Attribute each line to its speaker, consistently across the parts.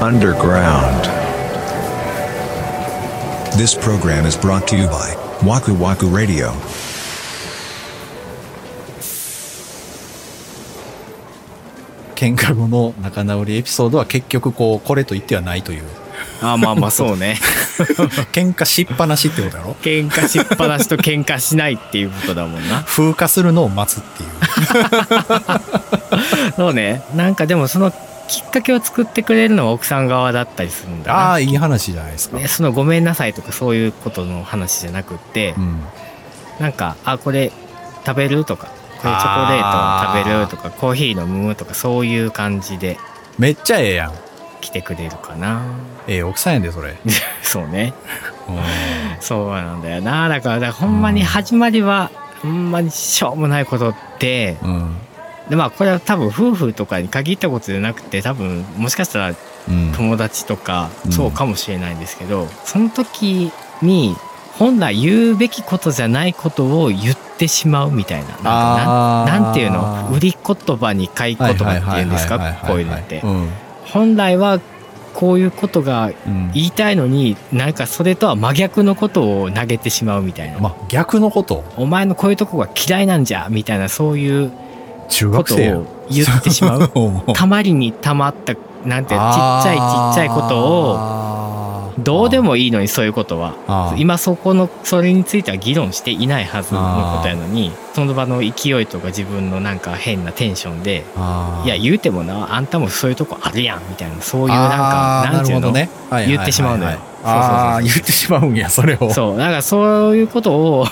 Speaker 1: underground.
Speaker 2: This program is brought to you by Waku Waku Radio.
Speaker 3: 喧嘩後の仲直りエピソードは結局こうこれと言ってはないという
Speaker 4: あまあ まあそうね
Speaker 3: 喧嘩しっぱなしってことやろ
Speaker 4: 喧嘩しっぱなしと喧嘩しないっていうことだもんな
Speaker 3: 風化するのを待つって いう
Speaker 4: そうねなんかでもそのきっかけを作ってくれるのは奥さん側だったりするんだな
Speaker 3: ああいい話じゃないですか、
Speaker 4: ね、そのごめんなさいとかそういうことの話じゃなくって、
Speaker 3: うん、
Speaker 4: なんかあこれ食べるとかこれチョコレートを食べるとかコーヒー飲むとかそういう感じで
Speaker 3: めっちゃええやん
Speaker 4: 来てくれるかな
Speaker 3: ええ奥さんやでそれ、うん
Speaker 4: そうねそうなんだよなだからだからほんまに始まりは、ほんまにしょうもないことって
Speaker 3: うん
Speaker 4: でまあこれは多分夫婦とかに限ったことじゃなくて多分もしかしたら
Speaker 3: うん
Speaker 4: 友達とか
Speaker 3: うん
Speaker 4: そうかもしれないんですけど、その時に本来言うべきことじゃないことを言ってしまうみたいななんか
Speaker 3: あ
Speaker 4: な
Speaker 3: ー
Speaker 4: んなんていうの売り言葉に買い言葉っていうんです
Speaker 3: は
Speaker 4: か
Speaker 3: は
Speaker 4: こう
Speaker 3: は
Speaker 4: いうのって
Speaker 3: は。いはいはい
Speaker 4: 本来はこういうことが
Speaker 3: うんうん
Speaker 4: 言いたいのになんかそれとは真逆のことを投げてしまうみたいな、
Speaker 3: まあ逆のこと
Speaker 4: お前のこういうとこが嫌いなんじゃみたいなそういう
Speaker 3: 中
Speaker 4: こ
Speaker 3: 学
Speaker 4: と
Speaker 3: 生やん
Speaker 4: を言って しまうたまりにたまったなんてちっちゃいちっちゃいことを
Speaker 3: と
Speaker 4: どうでもいいのにそういうことは
Speaker 3: あー
Speaker 4: 今そこのそれについては議論していないはずのことやのにその場の勢いとか自分のなんか変なテンションで
Speaker 3: あー
Speaker 4: いや言うてもなあんたもそういうとこあるやんみたいなそういうなんか
Speaker 3: あー
Speaker 4: なんていう
Speaker 3: るほど
Speaker 4: の、
Speaker 3: ねはいはいはいはい
Speaker 4: 言ってしまうの
Speaker 3: あ
Speaker 4: よ
Speaker 3: あ
Speaker 4: そうそうそうそう
Speaker 3: 言ってしまうんやそれを
Speaker 4: そうだからそういうこと を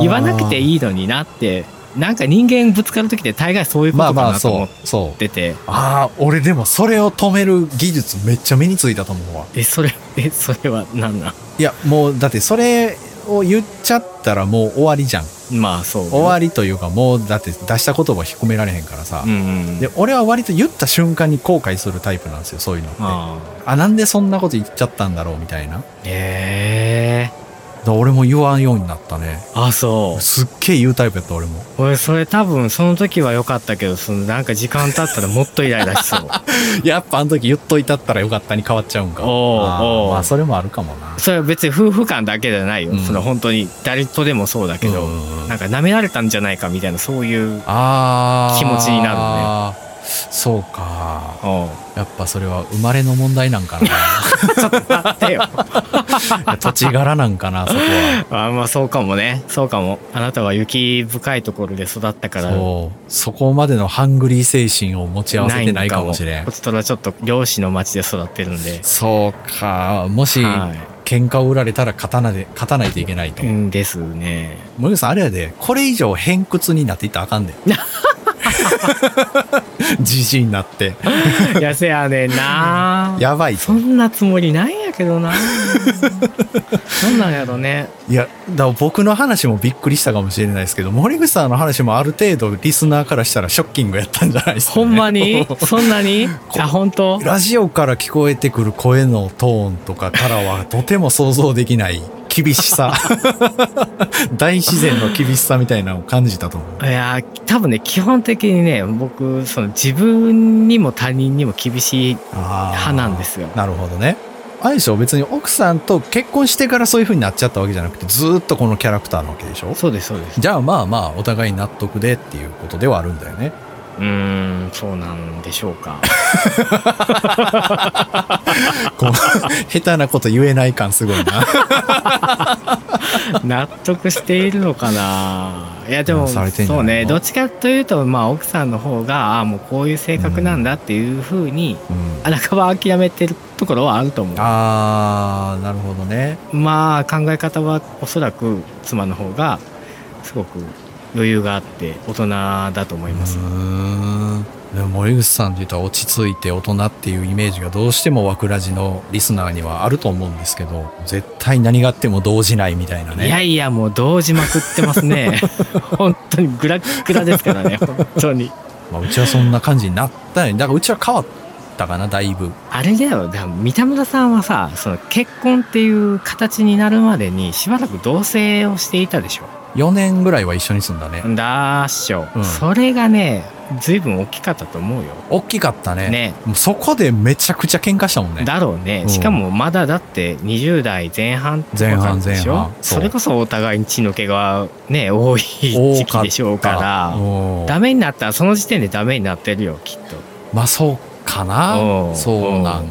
Speaker 4: 言わなくて
Speaker 3: い
Speaker 4: いいのになってなんか人間ぶつかる時って大概そういうこ
Speaker 3: まあ
Speaker 4: と
Speaker 3: ま
Speaker 4: か
Speaker 3: あ
Speaker 4: なと思
Speaker 3: そ
Speaker 4: っ
Speaker 3: うそう
Speaker 4: てて、
Speaker 3: ああ俺でもそれを止める技術めっちゃ身についたと思うわ
Speaker 4: えそれえそれは何なん
Speaker 3: いやもうだってそれを言っちゃったらもう終わりじゃん
Speaker 4: まあそう
Speaker 3: 終わりというかもうだって出した言葉を引っ込められへんからさ、
Speaker 4: うんうん
Speaker 3: で俺は割と言った瞬間に後悔するタイプなんですよそういうのってあ
Speaker 4: あ
Speaker 3: なんでそんなこと言っちゃったんだろうみたいなだか
Speaker 4: あええ
Speaker 3: ら俺も言わんようになったね
Speaker 4: あそう
Speaker 3: すっげえ言うタイプやった俺も
Speaker 4: 俺それ多分その時は良かったけどそのなんか時間経ったらもっとイライラ しそう
Speaker 3: やっぱあの時言っといたったらよかったに変わっちゃうんか
Speaker 4: おう
Speaker 3: あー
Speaker 4: おう
Speaker 3: まあそれもあるかもな
Speaker 4: それは別に夫婦間だけじゃないよ、
Speaker 3: うん
Speaker 4: その本当に誰とでもそうだけど、
Speaker 3: うんうんうん
Speaker 4: なんか舐められたんじゃないかみたいなそういう
Speaker 3: あー
Speaker 4: 気持ちになるね
Speaker 3: そうか
Speaker 4: おう
Speaker 3: やっぱそれは生まれの問題なんかない
Speaker 4: あってよ
Speaker 3: や土地柄なんかなそこは
Speaker 4: あまあそうかもねそうかもあなたは雪深いところで育ったから
Speaker 3: そうそこまでのハングリー精神を持ち合わせてないかもしれ
Speaker 4: なんいんかもこっちとらちょっと漁師の町で育ってるんで
Speaker 3: そうかもし
Speaker 4: は
Speaker 3: 喧嘩を売られたら刀で勝たないといけないと
Speaker 4: いうんですね
Speaker 3: 森口さんあれやでこれ以上偏屈になっていったらあかんで じじいになって
Speaker 4: いやせやねんな
Speaker 3: やばい
Speaker 4: そんなつもりないんやけ どななんなんやろね
Speaker 3: いやだから僕の話もびっくりしたかもしれないですけど森口さんの話もある程度リスナーからしたらショッキングやったんじゃないですか、
Speaker 4: ほ
Speaker 3: ね、
Speaker 4: んまにそんなに
Speaker 3: こ
Speaker 4: あ本当
Speaker 3: ラジオから聞こえてくる声のトーンとかからはとても想像できない厳し さ大自然の厳しさみたいなのを感じたと思う
Speaker 4: いやー多分ね基本的にね僕その自分にも他人にも厳しい派
Speaker 3: 派
Speaker 4: なんですよ
Speaker 3: なるほどねあれでしょ別に奥さんと結婚してからそういう風になっちゃったわけじゃなくてずーっとこのキャラクターなわけでしょ
Speaker 4: そうですそうです
Speaker 3: じゃあまあまあお互い納得でっていうことではあるんだよね
Speaker 4: うーんそうなんでしょう か
Speaker 3: こう 下手なこと言えない感すごいな
Speaker 4: 納得しているのかないやでも
Speaker 3: うんされてんじゃ
Speaker 4: そ
Speaker 3: な
Speaker 4: う
Speaker 3: い
Speaker 4: ねどっちかというとまあ奥さんの方があーもうこういう性格なんだっていうふうに
Speaker 3: うん
Speaker 4: あらかば諦めてるところはあると思う
Speaker 3: あーなるほどね
Speaker 4: まあ考え方はおそらく妻の方がすごく余裕があって大人だと思いうます。
Speaker 3: ーんでも森口さんというと落ち着いて大人っていうイメージがどうしても枠ラジのリスナーにはあると思うんですけど絶対何があっても動じないみたいない
Speaker 4: や
Speaker 3: ね
Speaker 4: いやもう動じまくってま すね。本当にグラッグラですからね本当に。
Speaker 3: まあ、うちはそんな感じになったねだからうちは変わったかなだいぶ
Speaker 4: あれだよだから三田村さんはさその結婚っていう形になるまでにしばらく同棲をしていたでしょ。
Speaker 3: 4年ぐらいは一緒に住んだね。
Speaker 4: だーっしょ、
Speaker 3: うん
Speaker 4: それがね随分大きかったと思うよ
Speaker 3: 大きかったね。
Speaker 4: ね
Speaker 3: もうそこでめちゃくちゃ喧嘩したもんね。
Speaker 4: だろうね、
Speaker 3: うん
Speaker 4: しかもまだだって20代前半とか
Speaker 3: 前半
Speaker 4: でしょ
Speaker 3: 前半そう
Speaker 4: それこそお互いに血の毛がね多い
Speaker 3: 多か
Speaker 4: 時期
Speaker 3: った
Speaker 4: でしょうから
Speaker 3: うん
Speaker 4: ダメになったらその時点でダメになってるよきっと
Speaker 3: まあそうか
Speaker 4: う
Speaker 3: な。
Speaker 4: ん
Speaker 3: そうなん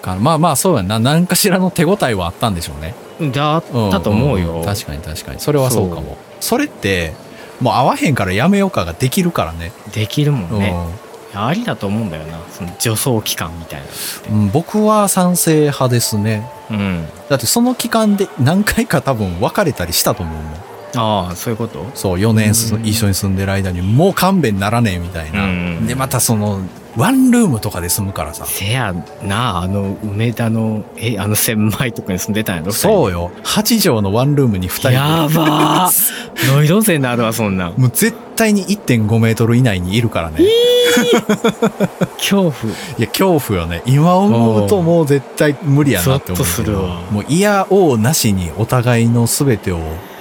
Speaker 3: かな。まあまあそうやな。何かしらの手応えはあったんでしょうね。
Speaker 4: だったと思うよ、
Speaker 3: ん確かに確かに。それはそうかも。それって、もう会わへんからやめようかができるからね。
Speaker 4: できるもんね、
Speaker 3: うん
Speaker 4: ありだと思うんだよなその助走期間みたいな
Speaker 3: うん、僕は賛成派ですね。
Speaker 4: うん
Speaker 3: だってその期間で何回か多分別れたりしたと思うもん。
Speaker 4: ああそういうこと
Speaker 3: そう、4年す
Speaker 4: うん
Speaker 3: 一緒に住んでる間にもう勘弁ならねえみたいな。
Speaker 4: うん
Speaker 3: で、またその、ワンルームとかで住むからさ。
Speaker 4: せやなあの梅田のえあの千枚とかに住んでたんやろ
Speaker 3: そううよ。8畳のワンルームに2人で
Speaker 4: やばー ノイローゼになるわそんなん
Speaker 3: もう絶対に1.5メートル以内にいるからね。い
Speaker 4: 恐怖
Speaker 3: や、恐怖よね。今思うともう絶対無理やなって思うけど。
Speaker 4: ゾッとするわ
Speaker 3: もう嫌をなしにお互いの全てを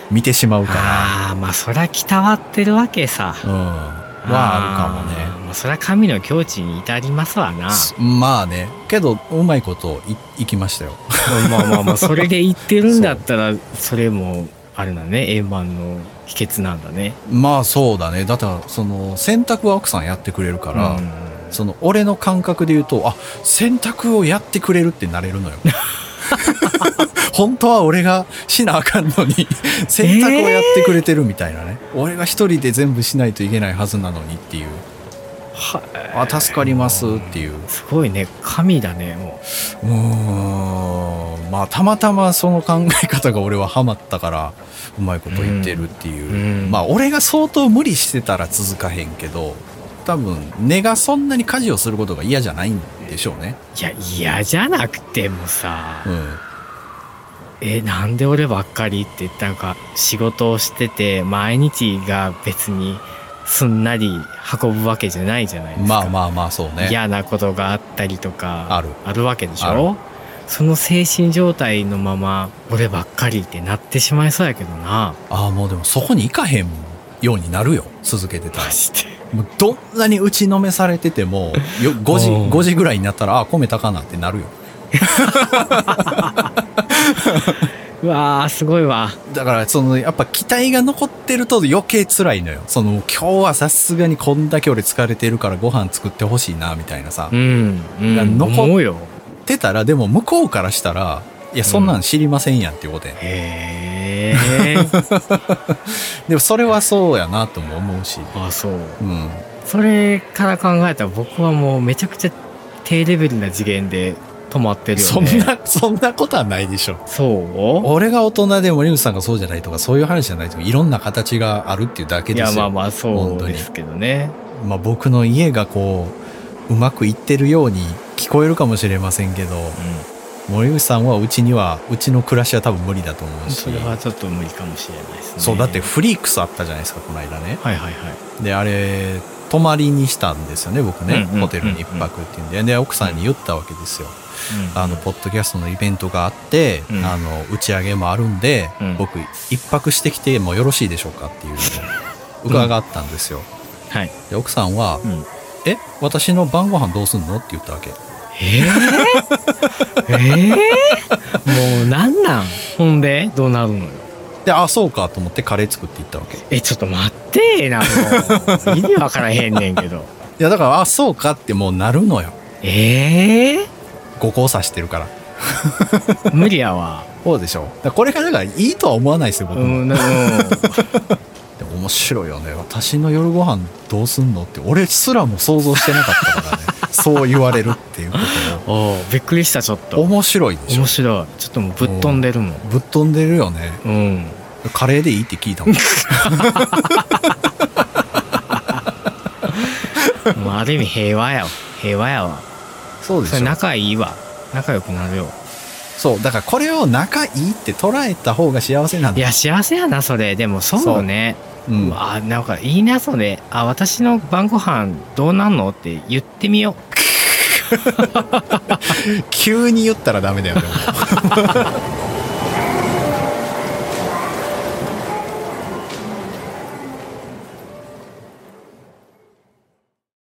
Speaker 3: 見てしまうか
Speaker 4: ああまあそりゃきたわってるわけさ
Speaker 3: ら。うん。はあるかも
Speaker 4: あ
Speaker 3: ね。
Speaker 4: ーまあそりゃ神の境地に至りますわ な
Speaker 3: まあね。けど、うまいこといいきましたよ。
Speaker 4: まあまあまあそれで言ってるんだったらそれもあれだね円満の秘訣なんだね
Speaker 3: まあそうだね。だって、その、洗濯は奥さんやってくれるから、
Speaker 4: うん
Speaker 3: その、俺の感覚で言うと、あ、洗濯をやってくれるってなれ るのよ。本当は俺がしなあかんの に、洗濯をやってくれてるみたいなね。俺が一人で全部しないといけないはずなのにっていう。
Speaker 4: は
Speaker 3: あ、助かりますっていう。
Speaker 4: すごいね神だねも
Speaker 3: うーん。まあ、たまたまその考え方が俺はハマったから、うまいこと言ってるっていう
Speaker 4: う。ん、
Speaker 3: まあ俺が相当無理してたら続かへんけど多分根がそんなに家事をすることが嫌じゃないんでしょうね、
Speaker 4: いや嫌じゃなくてもさ、
Speaker 3: うん、
Speaker 4: えなんで俺ばっかりってなんか仕事をしてて毎日が別にすんなり運ぶわけじゃないじゃないですか、
Speaker 3: まあまあまあそうね
Speaker 4: 嫌なことがあったりとか
Speaker 3: ある
Speaker 4: わけでし
Speaker 3: あ
Speaker 4: ょ
Speaker 3: る
Speaker 4: その精神状態のまま俺ばっかりってなってしまいそうやけどな
Speaker 3: ああもうでもそこに行かへんようになるよ続けてたら
Speaker 4: マジで
Speaker 3: もうどんなに打ちのめされてても よ5時
Speaker 4: うん
Speaker 3: 5時ぐらいになったらあー米高なってなるよ
Speaker 4: うわーすごいわ
Speaker 3: だからそのやっぱ期待が残ってると余計辛いのよその今日はさすがにこんだけ俺疲れてるからご飯作ってほしいなみたいなさ、
Speaker 4: うん、うん、
Speaker 3: だから残っ
Speaker 4: 思うよ
Speaker 3: ってたらでも向こうからしたらいやそんなん知りませんやんっていうことやね、
Speaker 4: へえ
Speaker 3: でもそれはそうやなとも思うし、
Speaker 4: あそう
Speaker 3: うん、
Speaker 4: それから考えたら僕はもうめちゃくちゃ低レベルな次元で止まってるよ
Speaker 3: そん
Speaker 4: ね。
Speaker 3: なそんなことはないでしょ
Speaker 4: そ
Speaker 3: 俺が大人で森口さんがそうじゃないとかそういう話じゃないとかいろんな形があるっていうだ
Speaker 4: う
Speaker 3: け
Speaker 4: い
Speaker 3: で
Speaker 4: や
Speaker 3: すよ
Speaker 4: まあまあそうですけどね。
Speaker 3: まあ僕の家がこううまくいってるように聞こえるかもしれませんけど
Speaker 4: う。
Speaker 3: 森口さんはうちにはうちの暮らしは多分無理だと思うんし
Speaker 4: それはちょっと無理かもしれないですね。
Speaker 3: そうだってフリークスあったじゃないですかこの間ね
Speaker 4: はいはいはい。
Speaker 3: であれ泊まりにしたんですよね僕ね
Speaker 4: うんうん
Speaker 3: ホテルに一泊っていうんでで奥さんに言ったわけですよあのポッドキャストのイベントがあって、
Speaker 4: うん
Speaker 3: あの打ち上げもあるんで、
Speaker 4: うん
Speaker 3: 僕一泊してきてもよろしいでしょうかっていうのを 伺ったんですよ、
Speaker 4: はい。
Speaker 3: で奥さんは
Speaker 4: うん。
Speaker 3: 「え私の晩ご飯どうすんの?」って言ったわけ
Speaker 4: えー、えー、もうなんなんほんでどうなるのよ。
Speaker 3: で「あそうか」と思ってカレー作って行ったわけい
Speaker 4: えちょっと待ってーなもう意味わからへんねんけど。
Speaker 3: やだから「あそうか」ってもうなるのよ
Speaker 4: ええ
Speaker 3: ご交差してるから
Speaker 4: ー、無理やわ。
Speaker 3: そうでしょだからこれがだからいいとは思わないですよ
Speaker 4: う
Speaker 3: 僕も、
Speaker 4: ん、うん。
Speaker 3: でも面白いよね私の夜ご飯どうすんのって俺すらも想像してなかった からねそう言われるっていうこ
Speaker 4: おうびっくりしたちょっ
Speaker 3: とを
Speaker 4: と
Speaker 3: 面白いでしょ
Speaker 4: 面白いちょっともうぶっ飛んでるもん
Speaker 3: ぶっ飛んでるよね
Speaker 4: うん
Speaker 3: カレーでいいって聞いたもん
Speaker 4: もうある意味平和やわ平和やわ
Speaker 3: そうで
Speaker 4: それ
Speaker 3: しょ
Speaker 4: 仲いいわ仲良くなるよ
Speaker 3: そうだからこれを仲いいって捉えた方が幸せなん
Speaker 4: い
Speaker 3: だ
Speaker 4: や幸せやなそれでもそうね
Speaker 3: う
Speaker 4: うんわなんかいいなそれあ私の晩ご飯どうなんのって言ってみよ
Speaker 3: 急に言ったらダメだよでも
Speaker 4: う